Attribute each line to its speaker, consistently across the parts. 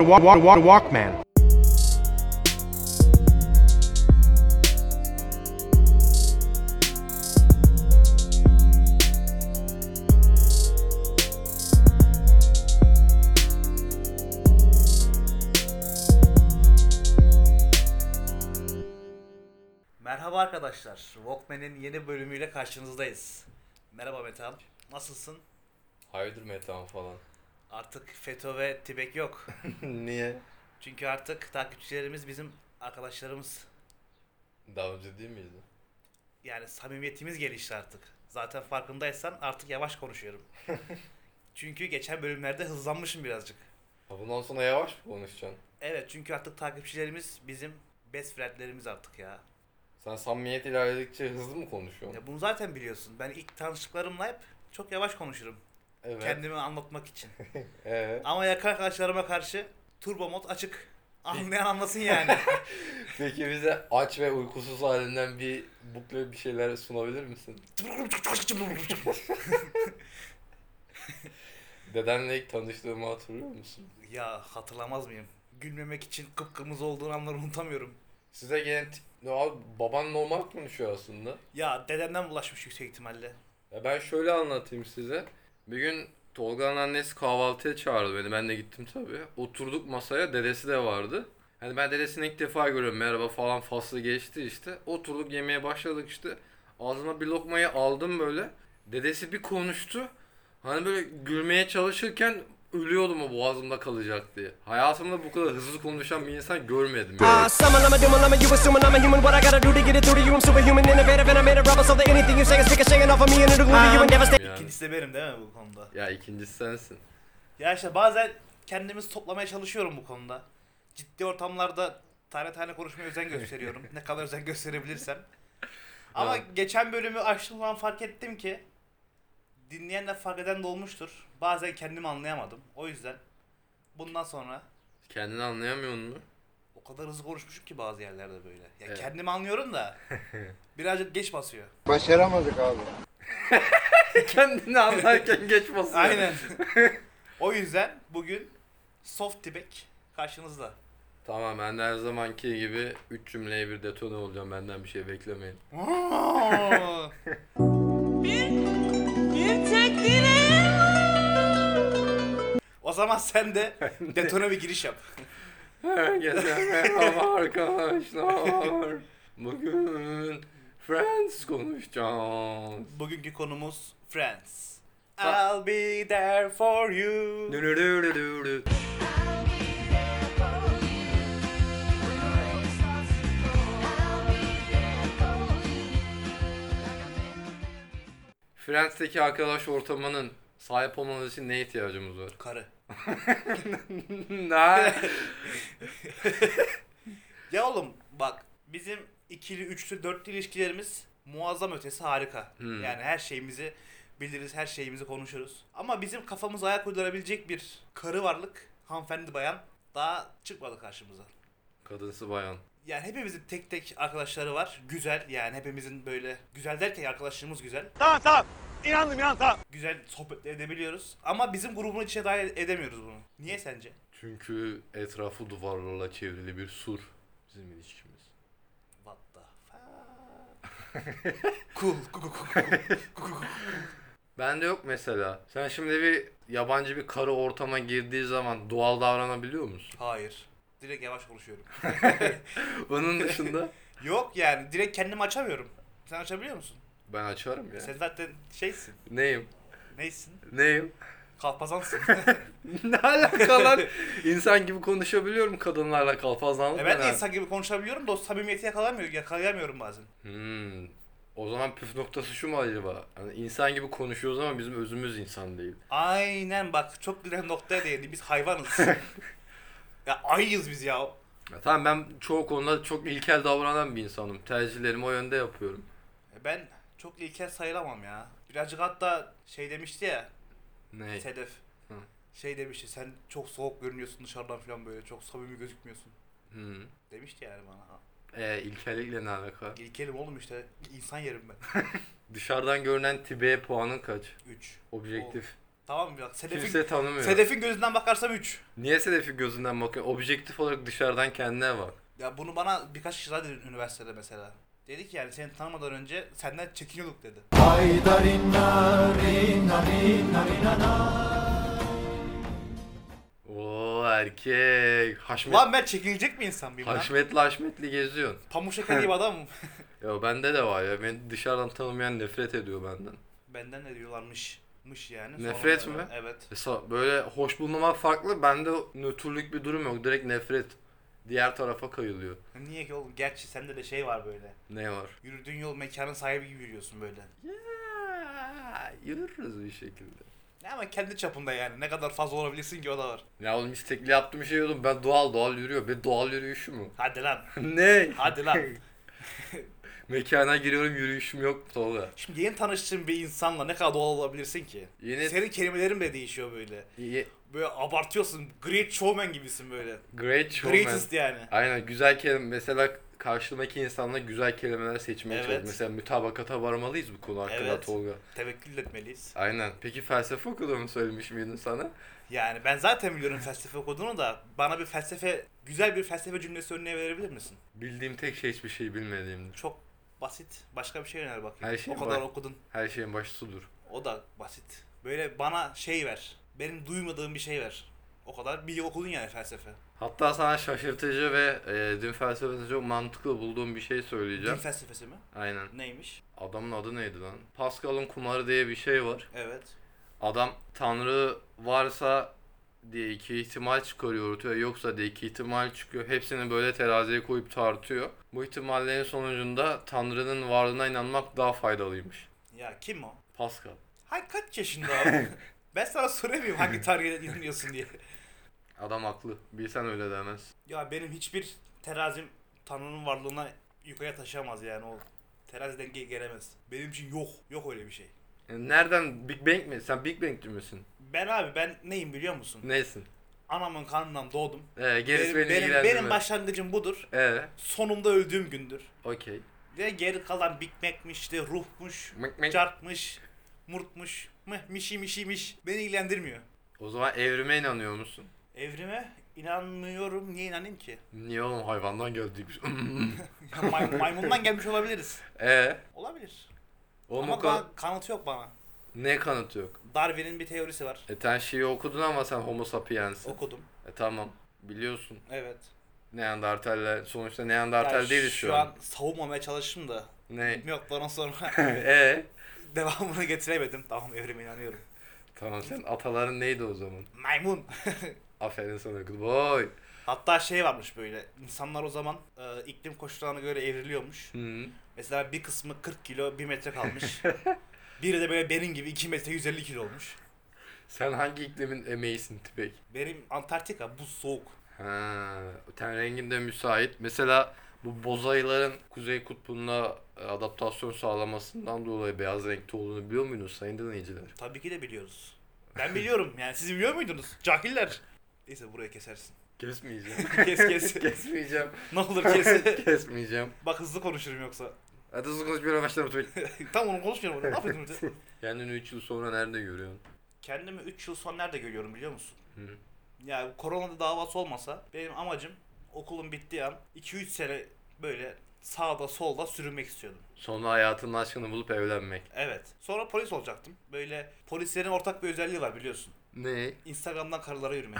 Speaker 1: wa- wa- wa- Walkman.
Speaker 2: Merhaba arkadaşlar. Walkman'in yeni bölümüyle karşınızdayız. Merhaba Metehan. Nasılsın?
Speaker 3: Hayırdır metan falan.
Speaker 2: Artık FETÖ ve TİBEK yok.
Speaker 3: Niye?
Speaker 2: Çünkü artık takipçilerimiz bizim arkadaşlarımız.
Speaker 3: Daha önce değil miydi?
Speaker 2: Yani samimiyetimiz gelişti artık. Zaten farkındaysan artık yavaş konuşuyorum. çünkü geçen bölümlerde hızlanmışım birazcık.
Speaker 3: Ha, bundan sonra yavaş mı konuşacaksın?
Speaker 2: Evet çünkü artık takipçilerimiz bizim best friendlerimiz artık ya.
Speaker 3: Sen samimiyet ilerledikçe hızlı mı konuşuyorsun?
Speaker 2: ya. Bunu zaten biliyorsun. Ben ilk tanıştıklarımla hep çok yavaş konuşurum.
Speaker 3: Evet.
Speaker 2: Kendimi anlatmak için.
Speaker 3: Ee,
Speaker 2: Ama yakın arkadaşlarıma karşı turbo mod açık. Anlayan anlasın yani.
Speaker 3: peki bize aç ve uykusuz halinden bir bukle bir şeyler sunabilir misin? Dedenle ilk tanıştığımı hatırlıyor musun?
Speaker 2: ya hatırlamaz mıyım? Gülmemek için kıpkırmızı olduğun anları unutamıyorum.
Speaker 3: Size gelen tip... Ya abi, baban normal konuşuyor aslında.
Speaker 2: Ya dedemden bulaşmış yüksek ihtimalle.
Speaker 3: Ya ben şöyle anlatayım size. Bir gün Tolga'nın annesi kahvaltıya çağırdı beni. Ben de gittim tabii. Oturduk masaya. Dedesi de vardı. Hani ben dedesini ilk defa görüyorum. Merhaba falan faslı geçti işte. Oturduk yemeye başladık işte. Ağzıma bir lokmayı aldım böyle. Dedesi bir konuştu. Hani böyle gülmeye çalışırken ölüyordum o boğazımda kalacak diye. Hayatımda bu kadar hızlı konuşan bir insan görmedim.
Speaker 4: Uh, summon, I'm a doom, I'm a you assuming I'm a human. What I gotta do to get it through to you? I'm superhuman, innovative, and I made a rubber. So that anything you say is ricocheting off of me and it'll glue to you and devastate.
Speaker 3: Yani.
Speaker 2: İkincisi de benim değil mi bu konuda?
Speaker 3: Ya ikincisi sensin.
Speaker 2: Ya işte bazen kendimizi toplamaya çalışıyorum bu konuda. Ciddi ortamlarda tane tane konuşmaya özen gösteriyorum. ne kadar özen gösterebilirsem. Ama
Speaker 3: Evet.
Speaker 2: geçen bölümü açtığım zaman fark ettim ki dinleyen de fark eden de olmuştur. Bazen kendimi anlayamadım. O yüzden bundan sonra
Speaker 3: Kendini anlayamıyorsun mu?
Speaker 2: o kadar hızlı konuşmuşum ki bazı yerlerde böyle. Ya
Speaker 3: Evet.
Speaker 2: kendimi anlıyorum da birazcık geç basıyor.
Speaker 5: Başaramadık abi.
Speaker 3: Kendini anlarken geç basıyor.
Speaker 2: Aynen. o yüzden bugün soft tibek karşınızda.
Speaker 3: Tamam ben de her zamanki gibi 3 cümleye bir detone olacağım benden bir şey beklemeyin.
Speaker 6: Bir tek dileğim
Speaker 2: O zaman sen de detone bir giriş yap.
Speaker 3: Herkese merhaba arkadaşlar. Bugün Friends konuşacağız.
Speaker 2: Bugünkü konumuz Friends. I'll be there for you.
Speaker 3: Dürürürürürü. Friends'teki arkadaş ortamının sahip olmanız için ne ihtiyacımız var?
Speaker 2: Karı.
Speaker 3: ne?
Speaker 2: Ya oğlum bak bizim ikili, üçlü, dörtlü ilişkilerimiz muazzam ötesi harika.
Speaker 3: Hmm.
Speaker 2: Yani her şeyimizi biliriz, her şeyimizi konuşuruz. Ama bizim kafamız ayak uydurabilecek bir karı varlık, hanımefendi bayan daha çıkmadı karşımıza.
Speaker 3: Kadınsı bayan.
Speaker 2: Yani hepimizin tek tek arkadaşları var. Güzel yani hepimizin böyle güzel derken arkadaşlığımız güzel. Tamam tamam. İnandım inan tamam. Güzel sohbet edebiliyoruz ama bizim grubun içine dahil edemiyoruz bunu. Niye sence?
Speaker 3: Çünkü etrafı duvarlarla çevrili bir sur bizim ilişkimiz.
Speaker 2: What the fuck? cool, cool, cool, cool, cool, cool, cool.
Speaker 3: Bende yok mesela. Sen şimdi bir yabancı bir karı ortama girdiği zaman doğal davranabiliyor musun?
Speaker 2: Hayır. Direkt yavaş konuşuyorum.
Speaker 3: Bunun dışında
Speaker 2: Yok yani direkt kendimi açamıyorum. Sen açabiliyor musun?
Speaker 3: ben açarım ya.
Speaker 2: Sen zaten şeysin.
Speaker 3: Neyim?
Speaker 2: Neysin?
Speaker 3: Neyim?
Speaker 2: Kalpazansın.
Speaker 3: ne alaka lan? İnsan gibi konuşabiliyorum kadınlarla kalpazlanlık.
Speaker 2: evet
Speaker 3: ne
Speaker 2: de
Speaker 3: lan?
Speaker 2: insan gibi konuşabiliyorum da o samimiyeti yakalamıyor, yakalayamıyorum bazen.
Speaker 3: Hmm. O zaman püf noktası şu mu acaba? Hani insan gibi konuşuyoruz ama bizim özümüz insan değil.
Speaker 2: Aynen bak çok güzel noktaya değindi. Biz hayvanız. ya ayıyız biz ya.
Speaker 3: Ya tamam ben çoğu konuda çok ilkel davranan bir insanım. Tercihlerimi o yönde yapıyorum.
Speaker 2: Ben çok ilkel sayılamam ya. Birazcık hatta şey demişti ya
Speaker 3: Ney?
Speaker 2: Sedef.
Speaker 3: Hı.
Speaker 2: Şey demişti sen çok soğuk görünüyorsun dışarıdan falan böyle çok samimi gözükmüyorsun.
Speaker 3: Hmm.
Speaker 2: Demişti yani bana.
Speaker 3: Ee, ilkellikle ne alaka?
Speaker 2: İlkelim oğlum işte insan yerim ben.
Speaker 3: Dışarıdan görünen tibe puanın kaç?
Speaker 2: 3.
Speaker 3: Objektif.
Speaker 2: Tamam mı? Bak Sedef'in,
Speaker 3: Kimse tanımıyor.
Speaker 2: Sedef'in gözünden bakarsam 3.
Speaker 3: Niye Sedef'i gözünden bakıyor? Objektif olarak dışarıdan kendine bak.
Speaker 2: Ya bunu bana birkaç kişi daha dedi üniversitede mesela. Dedi ki yani seni tanımadan önce senden çekiniyorduk dedi.
Speaker 3: Oo erkek. Haşmet.
Speaker 2: Lan ben çekilecek mi insan miyim lan?
Speaker 3: Haşmetli haşmetli geziyorsun.
Speaker 2: Pamuk şeker gibi adamım.
Speaker 3: Ya bende de var ya. Beni dışarıdan tanımayan nefret ediyor benden.
Speaker 2: Benden de diyorlarmış. Mış yani.
Speaker 3: Nefret
Speaker 2: Sonra-
Speaker 3: mi?
Speaker 2: Evet.
Speaker 3: Mesela E, böyle hoş bulunamak farklı. Bende nötrlük bir durum yok. Direkt nefret. Diğer tarafa kayılıyor.
Speaker 2: Niye ki oğlum? Gerçi sende de şey var böyle.
Speaker 3: Ne var?
Speaker 2: Yürüdüğün yol mekanın sahibi gibi yürüyorsun böyle.
Speaker 3: Ya, Yürürüz bir şekilde.
Speaker 2: Ne ama kendi çapında yani. Ne kadar fazla olabilirsin ki o da var.
Speaker 3: Ya oğlum istekli yaptığım şey oğlum ben doğal doğal yürüyor. Be doğal yürüyüşü mü?
Speaker 2: Hadi lan.
Speaker 3: ne?
Speaker 2: Hadi lan.
Speaker 3: Mekana giriyorum yürüyüşüm yok Tolga.
Speaker 2: Şimdi yeni tanıştığın bir insanla ne kadar doğal olabilirsin ki?
Speaker 3: Yeni-
Speaker 2: Senin kelimelerin de değişiyor böyle.
Speaker 3: Ye-
Speaker 2: Böyle abartıyorsun. Great showman gibisin böyle.
Speaker 3: Great showman.
Speaker 2: Greatest yani.
Speaker 3: Aynen güzel kelime mesela karşıdaki insanla güzel kelimeler seçmeye
Speaker 2: Evet.
Speaker 3: çalış. Mesela mütabakata varmalıyız bu konu hakkında
Speaker 2: Evet.
Speaker 3: Tolga.
Speaker 2: Tevekkül etmeliyiz.
Speaker 3: Aynen. Peki felsefe okuduğumu söylemiş miydim sana?
Speaker 2: Yani ben zaten biliyorum felsefe okuduğunu da bana bir felsefe, güzel bir felsefe cümlesi örneği verebilir misin?
Speaker 3: Bildiğim tek şey hiçbir şey bilmediğimdir.
Speaker 2: Çok basit. Başka bir şey öner bakayım.
Speaker 3: Her şey
Speaker 2: o kadar
Speaker 3: var.
Speaker 2: okudun.
Speaker 3: Her şeyin başı sudur.
Speaker 2: O da basit. Böyle bana şey ver. Benim duymadığım bir şey ver. O kadar bilgi okudun yani felsefe.
Speaker 3: Hatta sana şaşırtıcı ve e, dün felsefesinde çok mantıklı bulduğum bir şey
Speaker 2: Din
Speaker 3: söyleyeceğim.
Speaker 2: felsefesi mi?
Speaker 3: Aynen.
Speaker 2: Neymiş?
Speaker 3: Adamın adı neydi lan? Pascal'ın kumarı diye bir şey var.
Speaker 2: Evet.
Speaker 3: Adam Tanrı varsa diye iki ihtimal çıkarıyor ortaya yoksa diye iki ihtimal çıkıyor. Hepsini böyle teraziye koyup tartıyor. Bu ihtimallerin sonucunda Tanrı'nın varlığına inanmak daha faydalıymış.
Speaker 2: Ya kim o?
Speaker 3: Pascal.
Speaker 2: Hay kaç yaşında abi? ben sana soramıyorum hangi tarihe dinliyorsun diye.
Speaker 3: Adam haklı. Bilsen öyle demez.
Speaker 2: Ya benim hiçbir terazim Tanrı'nın varlığına yukarıya taşıyamaz yani o terazi dengeye gelemez. Benim için yok. Yok öyle bir şey.
Speaker 3: E, Nereden? Big Bang mi? Sen Big Bang'ci misin?
Speaker 2: Ben abi ben neyim biliyor musun?
Speaker 3: Neysin?
Speaker 2: Anamın karnından doğdum.
Speaker 3: Ee, gerisi
Speaker 2: benim,
Speaker 3: beni
Speaker 2: benim,
Speaker 3: ilgilendirmez.
Speaker 2: benim başlangıcım budur.
Speaker 3: Ee,
Speaker 2: Sonumda öldüğüm gündür.
Speaker 3: okey.
Speaker 2: Ve geri kalan Big Mac'miş de ruhmuş,
Speaker 3: Mık mık.
Speaker 2: çarpmış, murtmuş, mıh mişi mişiymiş. Beni ilgilendirmiyor.
Speaker 3: O zaman evrime inanıyor musun?
Speaker 2: Evrime inanmıyorum. Niye inanayım ki?
Speaker 3: Niye oğlum hayvandan geldik biz?
Speaker 2: Ya may- maymundan gelmiş olabiliriz.
Speaker 3: Ee,
Speaker 2: Olabilir.
Speaker 3: oğlum o
Speaker 2: Ama
Speaker 3: ka-
Speaker 2: daha kanıtı yok bana.
Speaker 3: ne kanıtı yok?
Speaker 2: Darwin'in bir teorisi var.
Speaker 3: E sen şeyi okudun ama sen homo sapiens'in.
Speaker 2: Okudum.
Speaker 3: E tamam. Biliyorsun.
Speaker 2: Evet.
Speaker 3: Neandertaller. Sonuçta
Speaker 2: Yani
Speaker 3: Neandertal değiliz şu an.
Speaker 2: savunmamaya çalıştım da.
Speaker 3: Ne?
Speaker 2: Noktadan sonra
Speaker 3: e
Speaker 2: devamını getiremedim. Tamam evrime inanıyorum.
Speaker 3: Tamam sen ataların neydi o zaman?
Speaker 2: Maymun.
Speaker 3: Aferin sana good boy.
Speaker 2: Hatta şey varmış böyle. İnsanlar o zaman e, iklim koşullarına göre evriliyormuş.
Speaker 3: Hı.
Speaker 2: Mesela bir kısmı 40 kilo 1 metre kalmış. Biri de böyle benim gibi 2 metre 150 kilo olmuş.
Speaker 3: Sen hangi iklimin emeğisin tipek?
Speaker 2: Benim Antarktika buz soğuk.
Speaker 3: Ha, ten rengin de müsait. Mesela bu bozayıların kuzey kutbuna e, adaptasyon sağlamasından dolayı beyaz renkte olduğunu biliyor muydunuz sayın dinleyiciler?
Speaker 2: Tabii ki de biliyoruz. Ben biliyorum yani siz biliyor muydunuz? Cahiller. Neyse buraya kesersin.
Speaker 3: Kesmeyeceğim.
Speaker 2: Kes kes.
Speaker 3: Kesmeyeceğim.
Speaker 2: ne olur kes.
Speaker 3: Kesmeyeceğim.
Speaker 2: Bak hızlı konuşurum yoksa.
Speaker 3: Hadi hızlı konuşmaya başlarım tipek.
Speaker 2: Tam onu konuşmuyorum. Ne yapıyordum? bir de?
Speaker 3: Kendini 3 yıl sonra nerede görüyorsun?
Speaker 2: Kendimi 3 yıl sonra nerede görüyorum biliyor musun?
Speaker 3: Hı.
Speaker 2: Ya koronada davası olmasa benim amacım okulun bittiği an 2-3 sene böyle sağda solda sürünmek istiyordum.
Speaker 3: Sonra hayatının aşkını bulup evlenmek.
Speaker 2: Evet. Sonra polis olacaktım. Böyle polislerin ortak bir özelliği var biliyorsun.
Speaker 3: Ne?
Speaker 2: Instagram'dan karılara yürümek.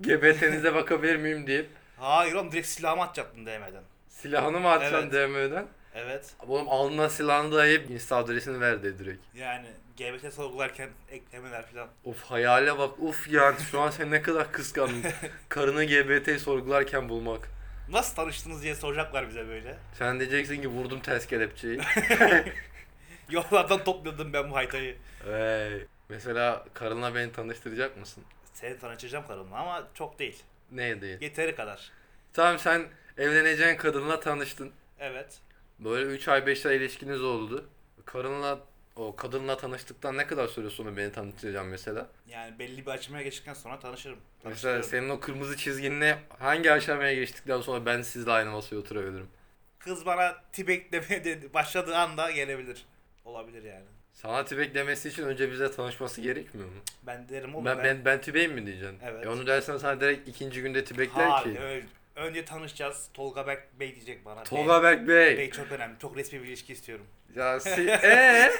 Speaker 3: GBT'nize bakabilir miyim deyip
Speaker 2: Hayır oğlum direkt silahımı atacaktım DM'den.
Speaker 3: silahını mı atacaksın
Speaker 2: Evet.
Speaker 3: DM'den?
Speaker 2: Evet.
Speaker 3: Oğlum alnına silahını dayayıp insta adresini ver de direkt.
Speaker 2: Yani GBT sorgularken eklemeler falan.
Speaker 3: Of hayale bak uf yani şu an sen ne kadar kıskandın. Karını GBT sorgularken bulmak.
Speaker 2: Nasıl tanıştınız diye soracaklar bize böyle.
Speaker 3: Sen diyeceksin ki vurdum ters kelepçeyi.
Speaker 2: Yollardan topladım ben bu haytayı.
Speaker 3: hey. Mesela karına beni tanıştıracak mısın?
Speaker 2: Seni tanıştıracağım karımla ama çok değil.
Speaker 3: Ne değil.
Speaker 2: Yeteri kadar.
Speaker 3: Tamam sen evleneceğin kadınla tanıştın.
Speaker 2: Evet.
Speaker 3: Böyle 3 ay 5 ay ilişkiniz oldu. Karınla o kadınla tanıştıktan ne kadar süre sonra beni tanıştıracaksın mesela?
Speaker 2: Yani belli bir aşamaya geçtikten sonra tanışırım.
Speaker 3: Mesela
Speaker 2: Tanıştırırım.
Speaker 3: senin o kırmızı çizginle hangi aşamaya geçtikten sonra ben sizle aynı masaya oturabilirim?
Speaker 2: Kız bana tibek demeye dedi- başladığı anda gelebilir. Olabilir yani.
Speaker 3: Sana Tübek demesi için önce bize tanışması gerekmiyor mu?
Speaker 2: Ben derim oğlum
Speaker 3: ben,
Speaker 2: ben-
Speaker 3: ben, ben Tübey'im mi diyeceksin?
Speaker 2: Evet.
Speaker 3: E onu dersen sana direkt ikinci günde Tübek der
Speaker 2: Hayır,
Speaker 3: ki.
Speaker 2: öyle- Önce tanışacağız. Tolga Berk Bey diyecek bana.
Speaker 3: Tolga
Speaker 2: Bey,
Speaker 3: Berk Bey.
Speaker 2: Bey çok önemli. Çok resmi bir ilişki istiyorum.
Speaker 3: Ya si ee?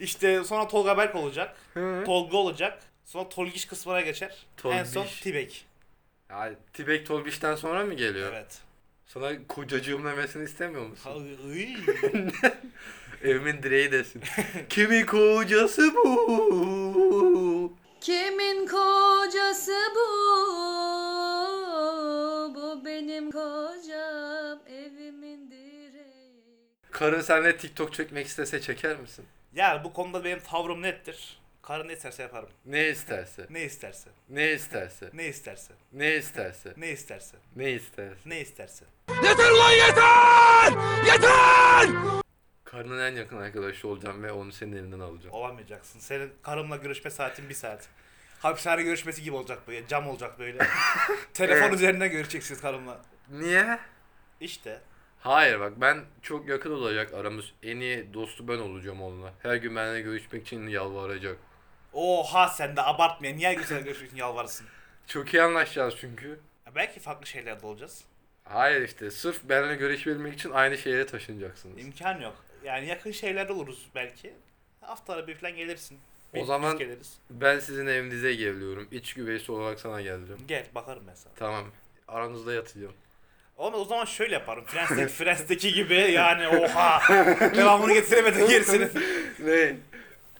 Speaker 2: İşte sonra Tolga Berk olacak.
Speaker 3: Hı.
Speaker 2: Tolga olacak. Sonra Tolgiş kısmına geçer. En son
Speaker 3: Tolgiş.
Speaker 2: Tibek.
Speaker 3: ya Tibek Tolbiş'ten sonra mı geliyor?
Speaker 2: Evet.
Speaker 3: Sana kocacığım demesini istemiyor musun?
Speaker 2: Iy.
Speaker 3: Evimin direği desin. Kimin kocası bu?
Speaker 1: Kimin kocası bu? Bu benim kocam, evimin direği.
Speaker 3: Karın seninle TikTok çekmek istese çeker misin?
Speaker 2: ya bu konuda benim tavrım nettir. Karı ne isterse yaparım.
Speaker 3: Ne isterse.
Speaker 2: Ne isterse.
Speaker 3: Ne isterse.
Speaker 2: Ne isterse.
Speaker 3: Ne isterse.
Speaker 2: Ne isterse.
Speaker 3: Ne isterse.
Speaker 2: Ne isterse.
Speaker 3: Karının en yakın arkadaşı olacağım ve onu senin elinden alacağım.
Speaker 2: Olamayacaksın. Senin karımla görüşme saatin bir saat. Hapishane görüşmesi gibi olacak böyle. Cam olacak böyle. Telefon
Speaker 3: Evet.
Speaker 2: üzerinden görüşeceksiniz karımla.
Speaker 3: Niye?
Speaker 2: İşte.
Speaker 3: Hayır bak ben çok yakın olacak aramız. En iyi dostu ben olacağım onunla. Her gün benimle görüşmek için yalvaracak.
Speaker 2: Oha sen de abartmaya. Niye güzel görüşmek için yalvarırsın?
Speaker 3: Çok iyi anlaşacağız çünkü.
Speaker 2: Ya Belki farklı şeylerde olacağız.
Speaker 3: Hayır işte sırf benimle görüşebilmek için aynı şehre taşınacaksınız.
Speaker 2: İmkan yok. Yani yakın şeylerde oluruz belki. Haftalara bir falan gelirsin.
Speaker 3: O
Speaker 2: Bir
Speaker 3: zaman-
Speaker 2: biz geliriz.
Speaker 3: Ben sizin evinize geliyorum. İç güveysi olarak sana geldim.
Speaker 2: Gel bakarım ben sana.
Speaker 3: Tamam. Aranızda yatacağım.
Speaker 2: Ama o zaman şöyle yaparım. Friends'teki, Friends'teki gibi yani oha. Devamını getiremedim gerisini.
Speaker 3: Ne?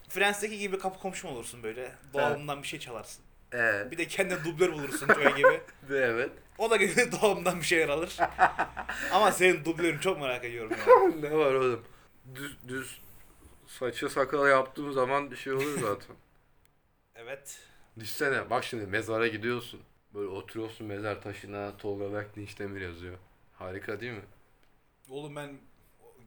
Speaker 2: Friends'teki gibi kapı komşum olursun böyle. Doğalımdan bir şey çalarsın.
Speaker 3: Ee,
Speaker 2: Bir de kendine dublör bulursun Joey gibi.
Speaker 3: evet.
Speaker 2: O da gidip doğumdan bir şeyler alır. Ama senin dublörünü çok merak ediyorum ya.
Speaker 3: ne var oğlum? Düz, düz saçı sakal yaptığım zaman bir şey olur zaten.
Speaker 2: Evet.
Speaker 3: Düşsene bak şimdi mezara gidiyorsun. Böyle oturuyorsun mezar taşına Tolga Berk Dinçdemir yazıyor. Harika değil mi?
Speaker 2: Oğlum ben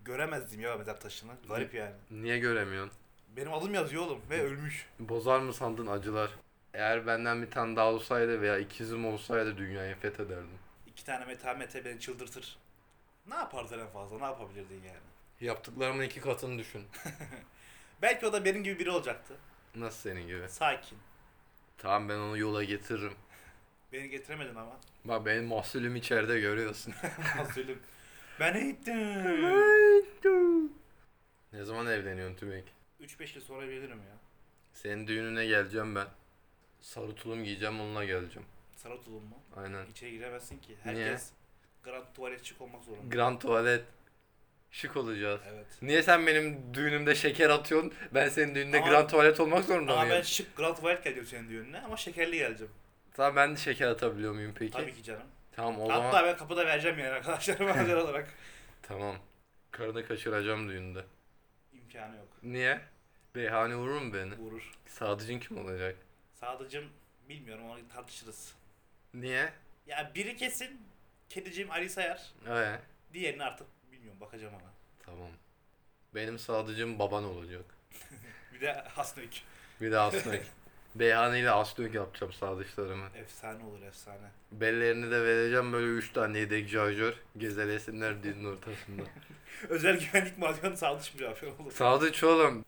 Speaker 2: göremezdim ya mezar taşını. Garip yani.
Speaker 3: Niye göremiyorsun?
Speaker 2: Benim adım yazıyor oğlum ve ölmüş.
Speaker 3: Bozar mı sandın acılar? Eğer benden bir tane daha olsaydı veya ikizim olsaydı dünyayı fethederdim.
Speaker 2: İki tane metamete beni çıldırtır. Ne yapardın en fazla? Ne yapabilirdin yani?
Speaker 3: Yaptıklarımın iki katını düşün.
Speaker 2: Belki o da benim gibi biri olacaktı.
Speaker 3: Nasıl senin gibi?
Speaker 2: Sakin.
Speaker 3: Tamam ben onu yola getiririm.
Speaker 2: Beni getiremedin ama.
Speaker 3: Bak benim mahsulüm içeride görüyorsun.
Speaker 2: Mahsulüm. Ben eğittim.
Speaker 3: ne zaman evleniyorsun Tümek?
Speaker 2: 3-5 yıl sonra evlenirim ya.
Speaker 3: Senin düğününe geleceğim ben. Sarı tulum giyeceğim onunla geleceğim.
Speaker 2: Sana tulum mu?
Speaker 3: Aynen.
Speaker 2: İçeri giremezsin ki.
Speaker 3: Niye?
Speaker 2: Herkes grand tuvaletçik olmak zorunda.
Speaker 3: Grand tuvalet. Şık olacağız.
Speaker 2: Evet.
Speaker 3: Niye sen benim düğünümde şeker atıyorsun? Ben senin düğününde
Speaker 2: Ama-
Speaker 3: grand tuvalet olmak zorunda
Speaker 2: Ama
Speaker 3: mıyım?
Speaker 2: ben şık grand tuvalet geleceğim senin düğününe ama şekerli geleceğim.
Speaker 3: Tamam ben de şeker atabiliyor muyum peki?
Speaker 2: Tabii ki canım.
Speaker 3: Tamam o
Speaker 2: Hatta
Speaker 3: zaman.
Speaker 2: ben kapıda vereceğim yani arkadaşlarıma özel olarak.
Speaker 3: Tamam. Karını kaçıracağım düğünde.
Speaker 2: İmkanı yok.
Speaker 3: Niye? Beyhane vurur mu beni?
Speaker 2: Vurur.
Speaker 3: Sadıcın kim olacak?
Speaker 2: Sadıcım bilmiyorum onu tartışırız.
Speaker 3: Niye?
Speaker 2: Ya biri kesin kedicim Ali Sayar.
Speaker 3: Ee,
Speaker 2: Diğerini artık bilmiyorum bakacağım ona.
Speaker 3: tamam. Benim sadıcım baban olacak.
Speaker 2: Bir de Hasnök.
Speaker 3: Bir de Aslök. Beyhane ile Aslök yapacağım sadıçlarımı.
Speaker 2: Efsane olur efsane.
Speaker 3: Bellerini de vereceğim böyle 3 tane yedek şarjör. Gezelesinler dizinin ortasında.
Speaker 2: Özel güvenlik madyanı sağlık mı yapıyor oğlum?
Speaker 3: Sadıç oğlum.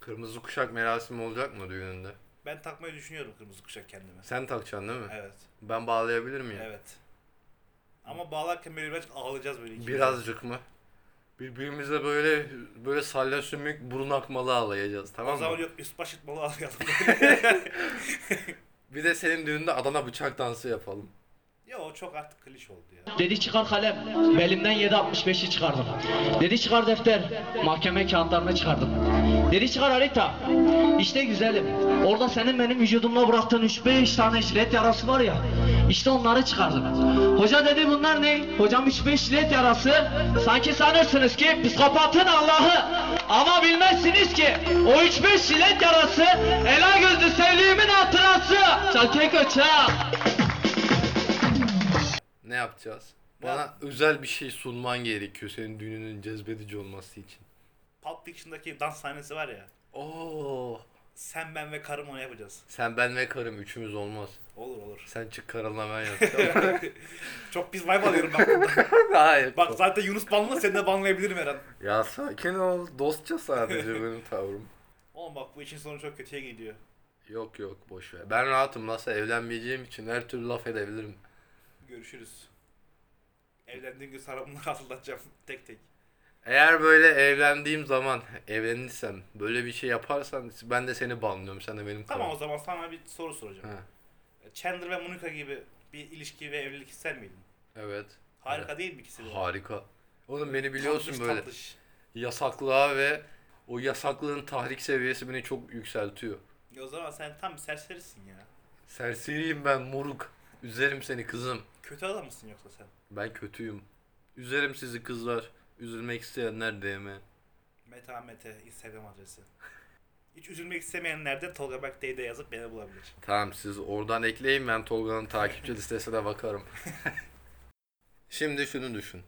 Speaker 3: Kırmızı kuşak merasimi olacak mı düğününde?
Speaker 2: Ben takmayı düşünüyorum kırmızı kuşak kendime.
Speaker 3: Sen takacaksın değil mi?
Speaker 2: Evet.
Speaker 3: Ben bağlayabilir miyim?
Speaker 2: Evet. Ama bağlarken böyle birazcık ağlayacağız böyle. ikimiz.
Speaker 3: Birazcık mı? Birbirimize böyle böyle salya sümük burun akmalı ağlayacağız
Speaker 2: O
Speaker 3: tamam mı?
Speaker 2: zaman yok üst baş itmalı ağlayalım.
Speaker 3: Bir de senin düğünde Adana bıçak dansı yapalım.
Speaker 2: ya o çok artık klişe oldu ya.
Speaker 5: Dedi çıkar kalem. Belimden 7.65'i çıkardım. Dedi çıkar defter. Mahkeme kağıtlarını çıkardım. Dedi çıkar harita. İşte güzelim. Orada senin benim vücudumda bıraktığın 3-5 tane jilet yarası var ya. İşte onları çıkardım. Hoca dedi bunlar ne? Hocam 3-5 jilet yarası. Sanki sanırsınız ki psikopatın Allah'ı. Ama bilmezsiniz ki o 3-5 jilet yarası ela gözlü sevliğimin hatırası. Çakek öçak.
Speaker 3: Ne yapacağız?
Speaker 2: Ne
Speaker 3: Bana
Speaker 2: yap-
Speaker 3: özel bir şey sunman gerekiyor senin düğününün cezbedici olması için.
Speaker 2: Pulp Fiction'daki dans sahnesi var ya.
Speaker 3: Oo,
Speaker 2: Sen, ben ve karım onu yapacağız.
Speaker 3: Sen ben ve karım üçümüz olmaz.
Speaker 2: Olur olur.
Speaker 3: Sen çık karınla ben yapacağım.
Speaker 2: Çok pis vibe alıyorum bak buradan.
Speaker 3: Hayır.
Speaker 2: Bak zaten Yunus banlı seni de banlayabilirim her an.
Speaker 3: Ya sakin ol. Dostça sadece benim tavrım.
Speaker 2: Oğlum bak bu işin sonu çok kötüye gidiyor.
Speaker 3: Yok yok boş ver. Ben rahatım nasıl evlenmeyeceğim için her türlü laf edebilirim.
Speaker 2: Görüşürüz. Evlendiğim gün sana bunları hatırlatacağım tek tek.
Speaker 3: Eğer böyle evlendiğim zaman evlenirsem böyle bir şey yaparsan ben de seni banlıyorum. Sen de benim
Speaker 2: Tamam o
Speaker 3: karım.
Speaker 2: zaman sana bir soru soracağım. E,
Speaker 3: Ha,
Speaker 2: Chandler ve Monica gibi bir ilişki ve evlilik ister miydin?
Speaker 3: evet.
Speaker 2: Harika değil mi ikisi de?
Speaker 3: Harika. Oğlum beni biliyorsun
Speaker 2: Tatlış
Speaker 3: böyle.
Speaker 2: tatlış.
Speaker 3: Yasaklığa ve o yasaklığın tahrik seviyesi beni çok yükseltiyor.
Speaker 2: Ya E, O zaman sen tam serserisin ya.
Speaker 3: Serseriyim ben moruk. Üzerim seni kızım.
Speaker 2: Kötü adam mısın yoksa sen?
Speaker 3: Ben kötüyüm. Üzerim sizi kızlar. Üzülmek isteyenler DM.
Speaker 2: Meta Mete Instagram adresi. Hiç üzülmek istemeyenler de Tolga Berk'te'yi de yazıp beni bulabilir.
Speaker 3: Tamam siz oradan ekleyin ben Tolga'nın takipçi listesine bakarım. Şimdi şunu düşün.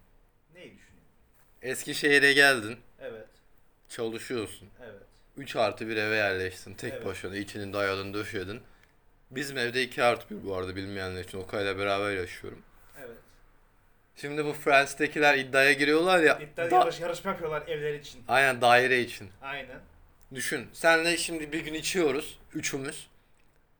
Speaker 2: Neyi düşünüyorsun?
Speaker 3: Eskişehir'e geldin.
Speaker 2: Evet,
Speaker 3: Çalışıyorsun.
Speaker 2: evet.
Speaker 3: 3 artı bir eve yerleştin. Tek
Speaker 2: Evet.
Speaker 3: başına içinin dayadın döşedin. Bizim evde 2 artı 1 bu arada bilmeyenler için. Okay'la beraber yaşıyorum.
Speaker 2: Evet.
Speaker 3: Şimdi bu Friends'tekiler iddiaya giriyorlar ya.
Speaker 2: İddia
Speaker 3: da-
Speaker 2: yarış, yarışma yapıyorlar evler için.
Speaker 3: Aynen daire için.
Speaker 2: Aynen.
Speaker 3: Düşün. Senle şimdi bir gün içiyoruz. Üçümüz.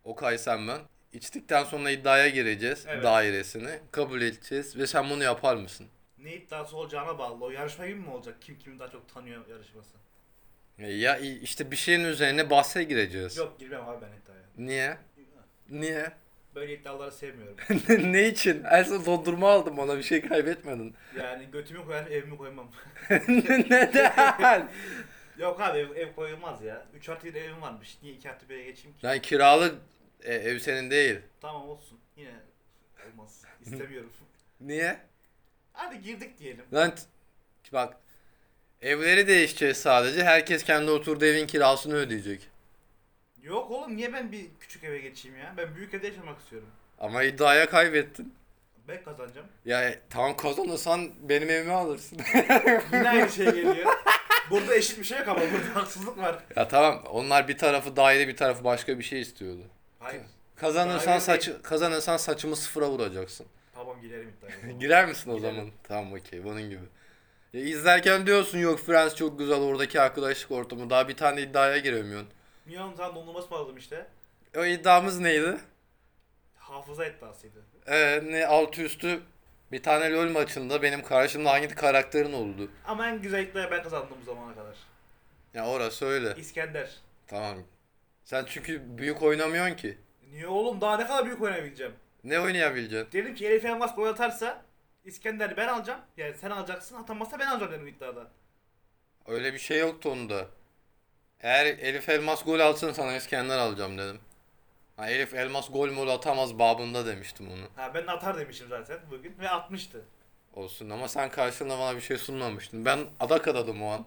Speaker 3: Okay sen ben. İçtikten sonra iddiaya gireceğiz.
Speaker 2: Evet.
Speaker 3: Dairesini. Kabul edeceğiz. Ve sen bunu yapar mısın?
Speaker 2: Ne iddiası olacağına bağlı. O yarışma gibi mi olacak? Kim kimi daha çok tanıyor yarışması?
Speaker 3: E, Ya i- işte bir şeyin üzerine bahse gireceğiz.
Speaker 2: Yok girmem abi ben iddiaya.
Speaker 3: Niye? Niye?
Speaker 2: Böyle iddiaları sevmiyorum.
Speaker 3: ne için? En son dondurma aldım ona bir şey kaybetmedin.
Speaker 2: Yani götümü koyar evimi koymam.
Speaker 3: Neden?
Speaker 2: Yok abi ev, ev koyulmaz ya. 3 artı bir evim varmış. Niye 2 artı 1'e geçeyim ki?
Speaker 3: Lan kiralık e, ev senin değil.
Speaker 2: Tamam olsun. Yine olmaz. İstemiyorum.
Speaker 3: Niye?
Speaker 2: Hadi girdik diyelim.
Speaker 3: Lan t- bak evleri değişeceğiz sadece. Herkes kendi oturduğu evin kirasını ödeyecek.
Speaker 2: Yok oğlum niye ben bir küçük eve geçeyim ya? Ben büyük evde yaşamak istiyorum.
Speaker 3: Ama iddiaya kaybettin.
Speaker 2: Ben kazanacağım.
Speaker 3: Ya tam kazanırsan benim evimi alırsın.
Speaker 2: Yine aynı şey geliyor. Burada eşit bir şey yok ama burada haksızlık var.
Speaker 3: ya tamam onlar bir tarafı daire bir tarafı başka bir şey istiyordu.
Speaker 2: Hayır.
Speaker 3: Kazanırsan
Speaker 2: Daire
Speaker 3: saçı kazanırsan saçımı sıfıra vuracaksın.
Speaker 2: Tamam girerim iddiaya.
Speaker 3: Girer misin o
Speaker 2: Girerim.
Speaker 3: zaman? Tamam okey bunun gibi. Ya izlerken diyorsun yok Friends çok güzel oradaki arkadaşlık ortamı daha bir tane iddiaya giremiyorsun.
Speaker 2: Niye oğlum sana dondurma ısmarladım işte.
Speaker 3: O iddiamız neydi?
Speaker 2: Hafıza iddiasıydı.
Speaker 3: Ee, ne altı üstü bir tane LoL maçında benim karşımda hangi karakterin oldu?
Speaker 2: Ama en güzel iddiaya ben kazandım bu zamana kadar.
Speaker 3: Ya orası öyle.
Speaker 2: İskender.
Speaker 3: Tamam. Sen çünkü büyük oynamıyorsun ki.
Speaker 2: Niye oğlum daha ne kadar büyük oynayabileceğim?
Speaker 3: Ne oynayabileceksin?
Speaker 2: Dedim ki Elif Elmas gol atarsa İskender'i ben alacağım. Yani sen alacaksın. Atamazsa ben alacağım dedim iddiada.
Speaker 3: Öyle bir şey yoktu onda. Eğer Elif Elmas gol alsın sana İskender alacağım dedim. Ha, Elif Elmas gol mol atamaz babında demiştim onu.
Speaker 2: Ha ben de atar demişim zaten bugün ve atmıştı.
Speaker 3: Olsun ama sen karşılığında bana bir şey sunmamıştın. Ben adak adadım o an.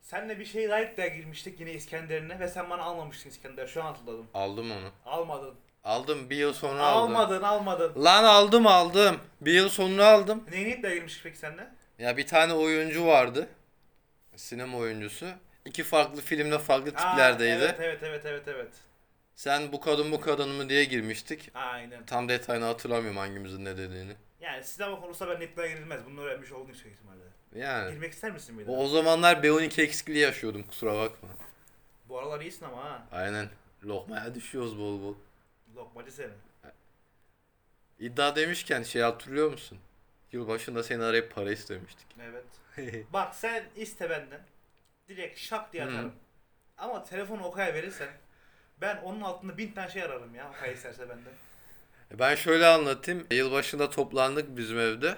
Speaker 2: Senle bir şey daha iddiaya girmiştik yine İskender'ine ve sen bana almamıştın İskender. Şu an hatırladım.
Speaker 3: Aldım onu.
Speaker 2: Almadın.
Speaker 3: Aldım bir yıl sonra aldım.
Speaker 2: Almadın almadın.
Speaker 3: Lan aldım aldım. Bir yıl sonra aldım.
Speaker 2: Neyine iddiaya girmiştik peki senle?
Speaker 3: Ya bir tane oyuncu vardı. Sinema oyuncusu. İki farklı filmde farklı
Speaker 2: Aa,
Speaker 3: tiplerdeydi.
Speaker 2: Evet evet evet evet evet.
Speaker 3: Sen bu kadın bu kadın mı diye girmiştik.
Speaker 2: Aynen.
Speaker 3: Tam detayını hatırlamıyorum hangimizin ne dediğini.
Speaker 2: Yani sinema konusunda ben iddiaya girilmez. Bunu öğrenmiş oldun yüksek ihtimalle.
Speaker 3: Yani.
Speaker 2: Girmek ister misin bir daha?
Speaker 3: O, o zamanlar B12 eksikliği yaşıyordum kusura bakma.
Speaker 2: Bu aralar iyisin ama ha.
Speaker 3: Aynen. Lokmaya düşüyoruz bol bol.
Speaker 2: Lokmacı seni.
Speaker 3: İddia demişken şey hatırlıyor musun? Yılbaşında seni arayıp para istemiştik.
Speaker 2: Evet. Bak sen iste benden. Direkt şak diye
Speaker 3: Hı.
Speaker 2: atarım. Ama telefonu Okay'a verirsen ben onun altında bin tane şey ararım ya Okay isterse benden.
Speaker 3: E, Ben şöyle anlatayım. Yılbaşında toplandık bizim evde.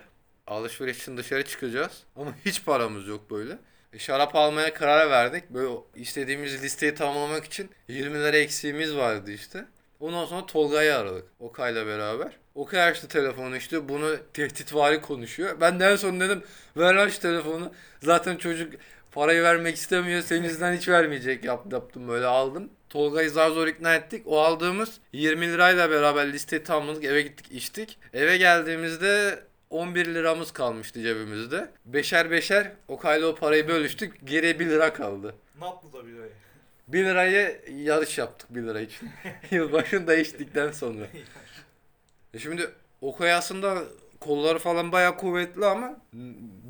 Speaker 3: Alışveriş için dışarı çıkacağız. Ama hiç paramız yok böyle. E, şarap almaya karar verdik. Böyle o istediğimiz listeyi tamamlamak için 20 lira eksiğimiz vardı işte. Ondan sonra Tolga'yı aradık. Okay'la beraber. Okay açtı telefonu işte. Bunu tehditvari konuşuyor. Ben de en son dedim ver aç telefonu. Zaten çocuk parayı vermek istemiyor. Senin yüzünden hiç vermeyecek yap, yaptım böyle aldım. Tolga'yı zar zor ikna ettik. O aldığımız 20 lirayla beraber listeyi tamamladık. Eve gittik içtik. Eve geldiğimizde 11 liramız kalmıştı cebimizde. Beşer beşer Okay'la o parayı bölüştük. Geriye 1 lira kaldı.
Speaker 2: Ne yaptı da bir öyle?
Speaker 3: 1 liraya yarış yaptık 1 lira için. Yılbaşını da içtikten sonra. E Şimdi o kıyasında kolları falan bayağı kuvvetli ama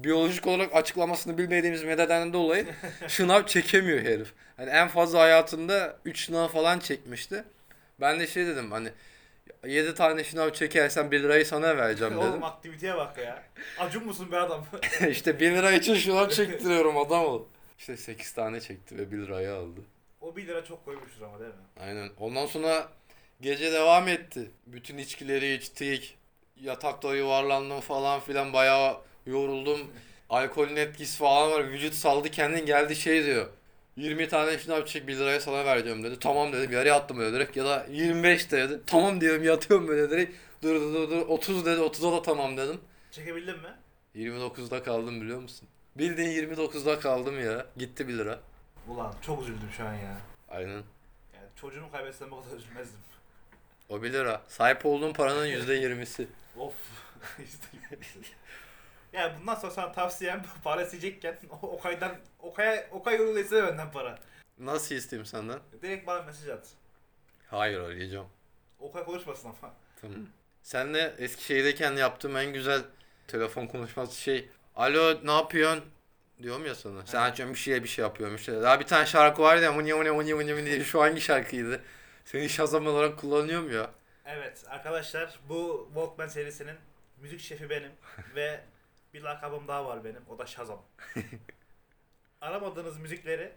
Speaker 3: biyolojik olarak açıklamasını bilmediğimiz nedenden dolayı şınav çekemiyor herif. Hani en fazla hayatında 3 şınav falan çekmişti. Ben de şey dedim hani 7 tane şınav çekersen 1 lirayı sana vereceğim dedim.
Speaker 2: Oğlum aktiviteye bak ya. Acun musun be adam?
Speaker 3: işte 1 lira için şınav çektiriyorum adam ol. İşte 8 tane çekti ve 1 lirayı aldı.
Speaker 2: o 1 lira çok koymuştur ama değil mi?
Speaker 3: Aynen. Ondan sonra gece devam etti. Bütün içkileri içtik. Yatakta yuvarlandım falan filan bayağı yoruldum. Alkolün etkisi falan var. Vücut saldı kendin geldi şey diyor. 20 tane şınav çek 1 liraya sana vereceğim dedi. Tamam dedim yarıya attım böyle direkt ya da 25 dedi. Tamam diyorum yatıyorum böyle direkt. Dur dur dur dur 30 dedi 30'a da tamam dedim.
Speaker 2: Çekebildin mi?
Speaker 3: 29'da kaldım biliyor musun? Bildiğin 29'da kaldım ya. Gitti 1 lira.
Speaker 2: Ulan çok üzüldüm şu an ya.
Speaker 3: Aynen.
Speaker 2: Yani çocuğumu kaybetsem bu kadar üzülmezdim.
Speaker 3: O 1 lira. Sahip olduğun paranın %20'si.
Speaker 2: Of. yani bundan sonra sana tavsiyem para isteyecekken o- Okay'dan Okay'a Okay yoluyla isteme benden para.
Speaker 3: Nasıl isteyeyim senden?
Speaker 2: Direkt bana mesaj at.
Speaker 3: Hayır arayacağım.
Speaker 2: Okay konuşmasın ama.
Speaker 3: Tamam. Senle Eskişehir'deyken yaptığım en güzel telefon konuşması şey. Alo ne yapıyorsun? Diyorum ya sana. Sen açıyorsun bir şeye bir şey yapıyorum işte. Daha bir tane şarkı var ya. Mınya mınya mınya mınya mınya. Şu hangi şarkıydı? Seni şazam olarak kullanıyorum ya.
Speaker 2: Evet arkadaşlar bu Walkman serisinin müzik şefi benim ve bir lakabım daha var benim o da Shazam. Aramadığınız müzikleri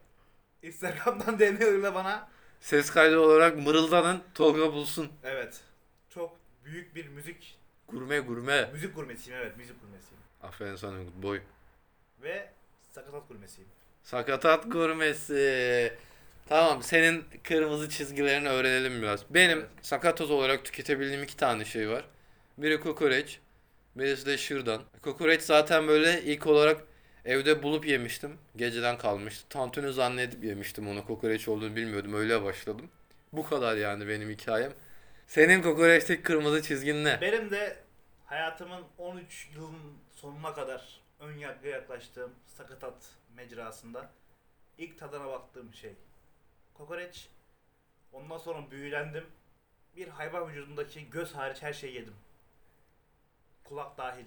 Speaker 2: Instagram'dan DM yoluyla bana
Speaker 3: Ses kaydı olarak mırıldanın. Tolga bulsun.
Speaker 2: evet çok büyük bir müzik
Speaker 3: Gurme gurme.
Speaker 2: müzik gurmesiyim evet müzik gurmesiyim
Speaker 3: Aferin sana good boy.
Speaker 2: ve sakatat gurmesiyim.
Speaker 3: Sakatat gurmesi. Tamam senin kırmızı çizgilerini öğrenelim biraz. Benim
Speaker 2: Evet.
Speaker 3: sakatoz olarak tüketebildiğim iki tane şey var. Biri kokoreç. Birisi de şırdan. Kokoreç zaten böyle ilk olarak evde bulup yemiştim. Geceden kalmıştı. Tantuni zannedip yemiştim onu. Kokoreç olduğunu bilmiyordum. Öyle başladım. Bu kadar yani benim hikayem. Senin kokoreçteki kırmızı çizgin ne?
Speaker 2: Benim de hayatımın 13 yılın sonuna kadar ön yargıya yaklaştığım sakatat mecrasında ilk tadına baktığım şey kokoreç. Ondan sonra büyülendim. Bir hayvan vücudundaki göz hariç her şeyi yedim. Kulak dahil.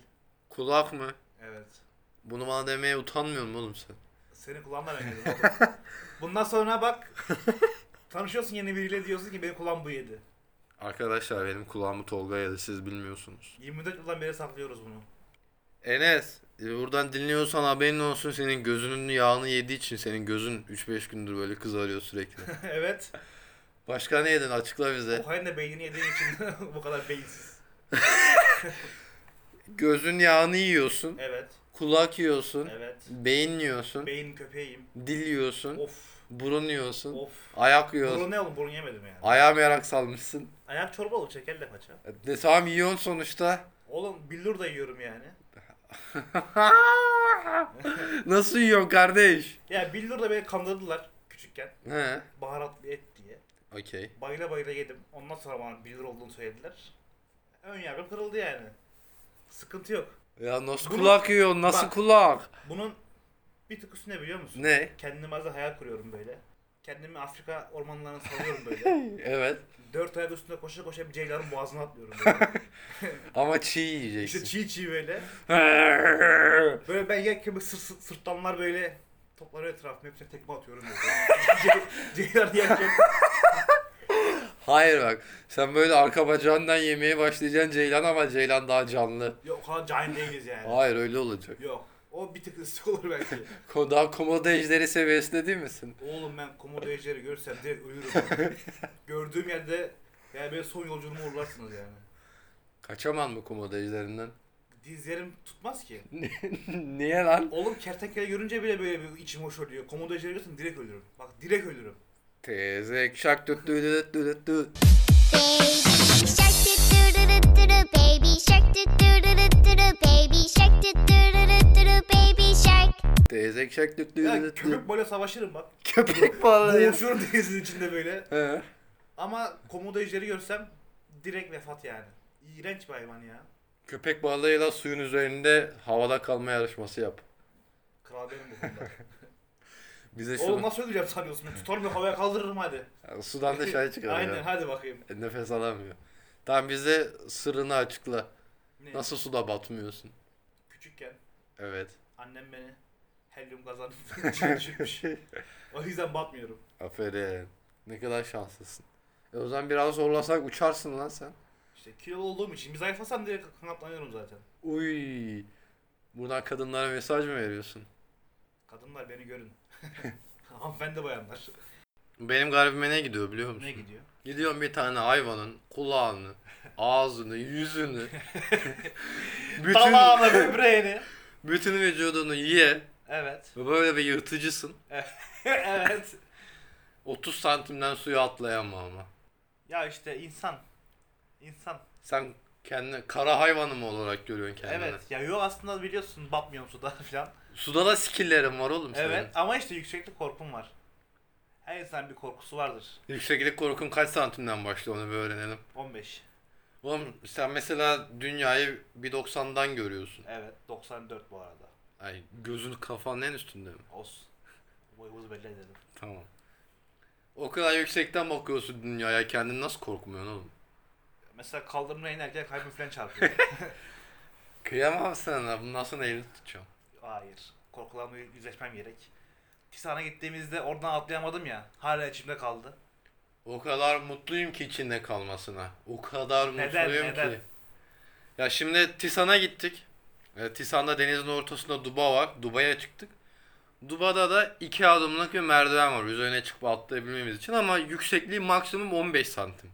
Speaker 3: Kulak mı?
Speaker 2: Evet.
Speaker 3: Bunu bana demeye utanmıyor musun oğlum sen?
Speaker 2: Seni kulağımdan yedim oğlum. Bundan sonra bak tanışıyorsun yeni biriyle diyorsun ki benim kulağım bu yedi.
Speaker 3: Arkadaşlar benim kulağımı Tolga yedi siz bilmiyorsunuz.
Speaker 2: 24 yıldan beri saklıyoruz bunu.
Speaker 3: Enes e, buradan dinliyorsan haberin olsun senin gözünün yağını yediği için senin gözün 3-5 gündür böyle kızarıyor sürekli.
Speaker 2: evet.
Speaker 3: Başka ne yedin açıkla bize.
Speaker 2: Okay'ın da beynini yediği için bu kadar beyinsiz.
Speaker 3: Gözün yağını yiyorsun,
Speaker 2: Evet.
Speaker 3: kulak yiyorsun,
Speaker 2: Evet.
Speaker 3: beyin yiyorsun,
Speaker 2: Beyin köpeğiyim.
Speaker 3: dil yiyorsun,
Speaker 2: Of.
Speaker 3: burun yiyorsun,
Speaker 2: Of.
Speaker 3: ayak
Speaker 2: Burun
Speaker 3: yiyorsun.
Speaker 2: ne oğlum burun yemedim yani.
Speaker 3: Ayağım yarak salmışsın.
Speaker 2: Ayak çorba olur şekerle paça.
Speaker 3: E, De, tamam yiyorsun sonuçta.
Speaker 2: Oğlum billur da yiyorum yani.
Speaker 3: Nasıl yiyorsun kardeş?
Speaker 2: Ya billur da beni kandırdılar küçükken.
Speaker 3: He.
Speaker 2: Baharatlı et diye.
Speaker 3: Okey.
Speaker 2: Bayla bayla yedim. Ondan sonra bana billur olduğunu söylediler. Ön yargım kırıldı yani. Sıkıntı yok.
Speaker 3: Ya nasıl
Speaker 2: Bunu-
Speaker 3: kulak yiyorsun? Nasıl
Speaker 2: Bak.
Speaker 3: kulak?
Speaker 2: Bunun bir tık üstüne biliyor musun?
Speaker 3: Ne?
Speaker 2: Kendime bazen hayal kuruyorum böyle. Kendimi Afrika ormanlarına salıyorum böyle.
Speaker 3: Evet.
Speaker 2: Dört ayak üstünde koşa koşa bir ceylanın boğazına atlıyorum böyle.
Speaker 3: Ama çiğ
Speaker 2: işte
Speaker 3: yiyeceksin.
Speaker 2: çiğ çiğ böyle. Böyle ben yerken böyle sır, sır- sırtlanlar böyle topları etrafıma hepsine tekme atıyorum. böyle. Ce- Ceylan şey, yerken
Speaker 3: Hayır bak. Sen böyle arka bacağından yemeye başlayacaksın Ceylan ama Ceylan daha canlı.
Speaker 2: yok o kadar cahil değiliz yani.
Speaker 3: Hayır öyle olacak.
Speaker 2: Yok. O bir tık ısı olur belki.
Speaker 3: Ko- Daha komodo ejderi seviyesinde değil misin?
Speaker 2: Oğlum ben komodo ejderi görsem direkt ölürüm. Gördüğüm yerde yani böyle son yolculuğumu uğurlarsınız yani.
Speaker 3: Kaçaman mı komodo ejderinden?
Speaker 2: Dizlerim tutmaz ki.
Speaker 3: Niye lan?
Speaker 2: Oğlum kertenkele görünce bile böyle bir içim hoş oluyor. Komodo ejderi görürsem direkt ölürüm. Bak direkt ölürüm.
Speaker 3: Tezek şak düt düt düt düt düt.
Speaker 6: Baby shark do do do do do baby shark do do do do do do baby shark do do do do do do baby shark
Speaker 3: Tezek şak düt düt
Speaker 2: Ya
Speaker 3: düt düt.
Speaker 2: köpek böyle savaşırım bak.
Speaker 3: Köpek balığı.
Speaker 2: Boğuşurum denizin içinde böyle.
Speaker 3: He.
Speaker 2: Ama komodo ejderi görsem direkt vefat yani. İğrenç bir hayvan ya.
Speaker 3: Köpek balığıyla suyun üzerinde havada kalma yarışması yap.
Speaker 2: Kral benim bu konuda.
Speaker 3: Bize şunu.
Speaker 2: Oğlum nasıl öleceğim sanıyorsun? Tutarım ya havaya kaldırırım hadi.
Speaker 3: Yani sudan dışarı çıkar
Speaker 2: Aynen
Speaker 3: ya.
Speaker 2: hadi bakayım.
Speaker 3: E, Nefes alamıyor. Tamam bize sırrını açıkla.
Speaker 2: Ne?
Speaker 3: Nasıl suda batmıyorsun?
Speaker 2: Küçükken
Speaker 3: Evet.
Speaker 2: annem beni helyum kazandı içine düşürmüş. O yüzden batmıyorum.
Speaker 3: Aferin. Ne kadar şanslısın. E o zaman biraz zorlasak uçarsın lan sen.
Speaker 2: İşte kilo olduğum için bir zayıflasam direkt kanatlanıyorum zaten.
Speaker 3: Uy. Buradan kadınlara mesaj mı veriyorsun?
Speaker 2: Kadınlar beni görün. Hanımefendi bayanlar.
Speaker 3: Benim garibime ne gidiyor biliyor musun?
Speaker 2: Ne gidiyor?
Speaker 3: Gidiyorum bir tane hayvanın kulağını, ağzını, yüzünü, bütün,
Speaker 2: Dalağına böbreğini.
Speaker 3: bütün vücudunu ye
Speaker 2: Evet.
Speaker 3: ve böyle bir yırtıcısın.
Speaker 2: evet.
Speaker 3: 30 santimden suya atlayamam ama.
Speaker 2: Ya işte insan. İnsan.
Speaker 3: Sen kendini kara hayvanı mı olarak görüyorsun kendini?
Speaker 2: Evet. Ya yo aslında biliyorsun batmıyorum suda falan.
Speaker 3: Suda da skillerin var oğlum senin.
Speaker 2: Evet. Ama işte yükseklik korkum var. Her insan bir korkusu vardır.
Speaker 3: Yükseklik korkun kaç santimden başlıyor onu bir öğrenelim.
Speaker 2: 15.
Speaker 3: Oğlum sen mesela dünyayı 1.90'dan görüyorsun.
Speaker 2: Evet. 94 bu arada.
Speaker 3: Ay gözün kafanın en üstünde mi?
Speaker 2: Olsun. Boyumuzu belli edelim.
Speaker 3: Tamam. O kadar yüksekten bakıyorsun dünyaya kendini nasıl korkmuyorsun oğlum?
Speaker 2: Mesela kaldırımda inerken kalbim falan çarpıyor.
Speaker 3: Kıyamam sana. Bundan sonra elini tutacağım.
Speaker 2: Hayır. Korkularımla yüzleşmem gerek. Tisan'a gittiğimizde oradan atlayamadım ya. Hala içimde kaldı.
Speaker 3: O kadar mutluyum ki içinde kalmasına. O kadar
Speaker 2: Neden,
Speaker 3: mutluyum
Speaker 2: neden?
Speaker 3: ki. Ya şimdi Tisan'a gittik. E, Tisan'da denizin ortasında Duba var. Duba'ya çıktık. Duba'da da iki adımlık bir merdiven var. Üzerine çıkıp atlayabilmemiz için ama yüksekliği maksimum 15 santim.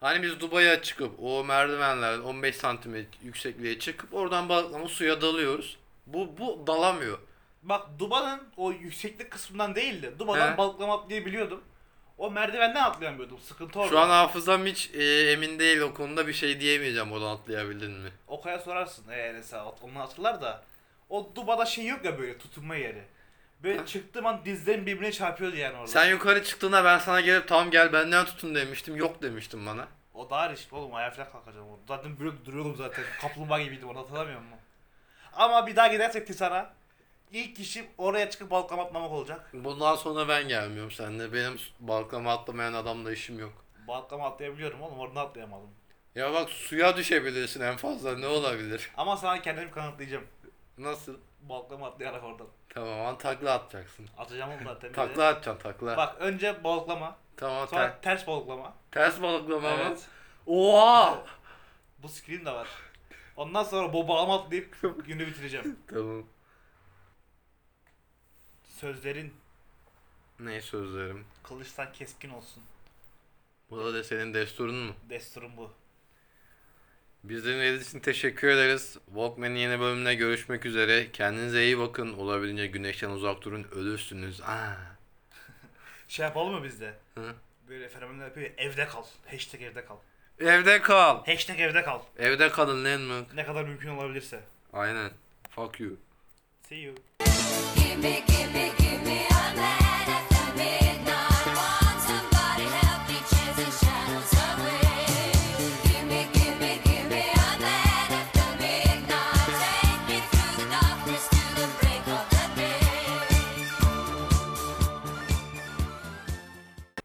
Speaker 3: Hani biz Duba'ya çıkıp o merdivenlerden 15 santim yüksekliğe çıkıp oradan balıklama suya dalıyoruz. Bu, bu dalamıyor.
Speaker 2: Bak Duba'nın o yükseklik kısmından değildi. Duba'dan
Speaker 3: He.
Speaker 2: balıklama atlayabiliyordum. O merdivenden atlayamıyordum. Sıkıntı orada.
Speaker 3: Şu an hafızam hiç e, emin değil o konuda bir şey diyemeyeceğim oradan atlayabildin mi?
Speaker 2: Okaya sorarsın eğer hesap onu hatırlar da. O Duba'da şey yok ya böyle tutunma yeri. Böyle çıktığım an dizlerim birbirine çarpıyordu yani orada.
Speaker 3: Sen yukarı çıktığında ben sana gelip tam gel benden tutun demiştim. Yok demiştim bana.
Speaker 2: O daha riskli oğlum ayağa falan kalkacağım orada. Zaten böyle duruyordum zaten. Kaplumbağa gibiydim onu hatırlamıyor musun? Ama bir daha gidersek Tisan'a ilk işim oraya çıkıp balıklama atlamak olacak.
Speaker 3: Bundan sonra ben gelmiyorum seninle. Benim balkama atlamayan adamla işim yok.
Speaker 2: Balıklama atlayabiliyorum oğlum oradan atlayamadım.
Speaker 3: Ya bak suya düşebilirsin en fazla ne olabilir?
Speaker 2: Ama sana kendimi kanıtlayacağım.
Speaker 3: Nasıl?
Speaker 2: Balıklama atlayarak oradan.
Speaker 3: Tamam takla atacaksın.
Speaker 2: Atacağım onu zaten. bir de.
Speaker 3: Takla atacaksın takla.
Speaker 2: Bak önce balıklama.
Speaker 3: Tamam
Speaker 2: Sonra
Speaker 3: ter-
Speaker 2: ters balıklama.
Speaker 3: ters balıklama ama.
Speaker 2: Evet.
Speaker 3: Oha!
Speaker 2: Bu screen de var. Ondan sonra boba alma atlayıp günü bitireceğim.
Speaker 3: tamam.
Speaker 2: Sözlerin
Speaker 3: Ne sözlerim?
Speaker 2: kılıçtan keskin olsun.
Speaker 3: Bu da de senin desturun mu?
Speaker 2: Desturum bu.
Speaker 3: Biz dinlediğiniz için teşekkür ederiz. Walkman'in yeni bölümüne görüşmek üzere. Kendinize iyi bakın. Olabildiğince güneşten uzak durun. Ölürsünüz. Aa.
Speaker 2: Şey yapalım mı bizde?
Speaker 3: Hı.
Speaker 2: Böyle fenomenler yapıyor ya, evde kal. Hashtag evde kal.
Speaker 3: Evde kal.
Speaker 2: Hashtag evde kal.
Speaker 3: Evde kalın lan mı?
Speaker 2: Ne kadar mümkün olabilirse.
Speaker 3: Aynen. Fuck you.
Speaker 2: See you.
Speaker 7: Gimme, gimme, gimme all night.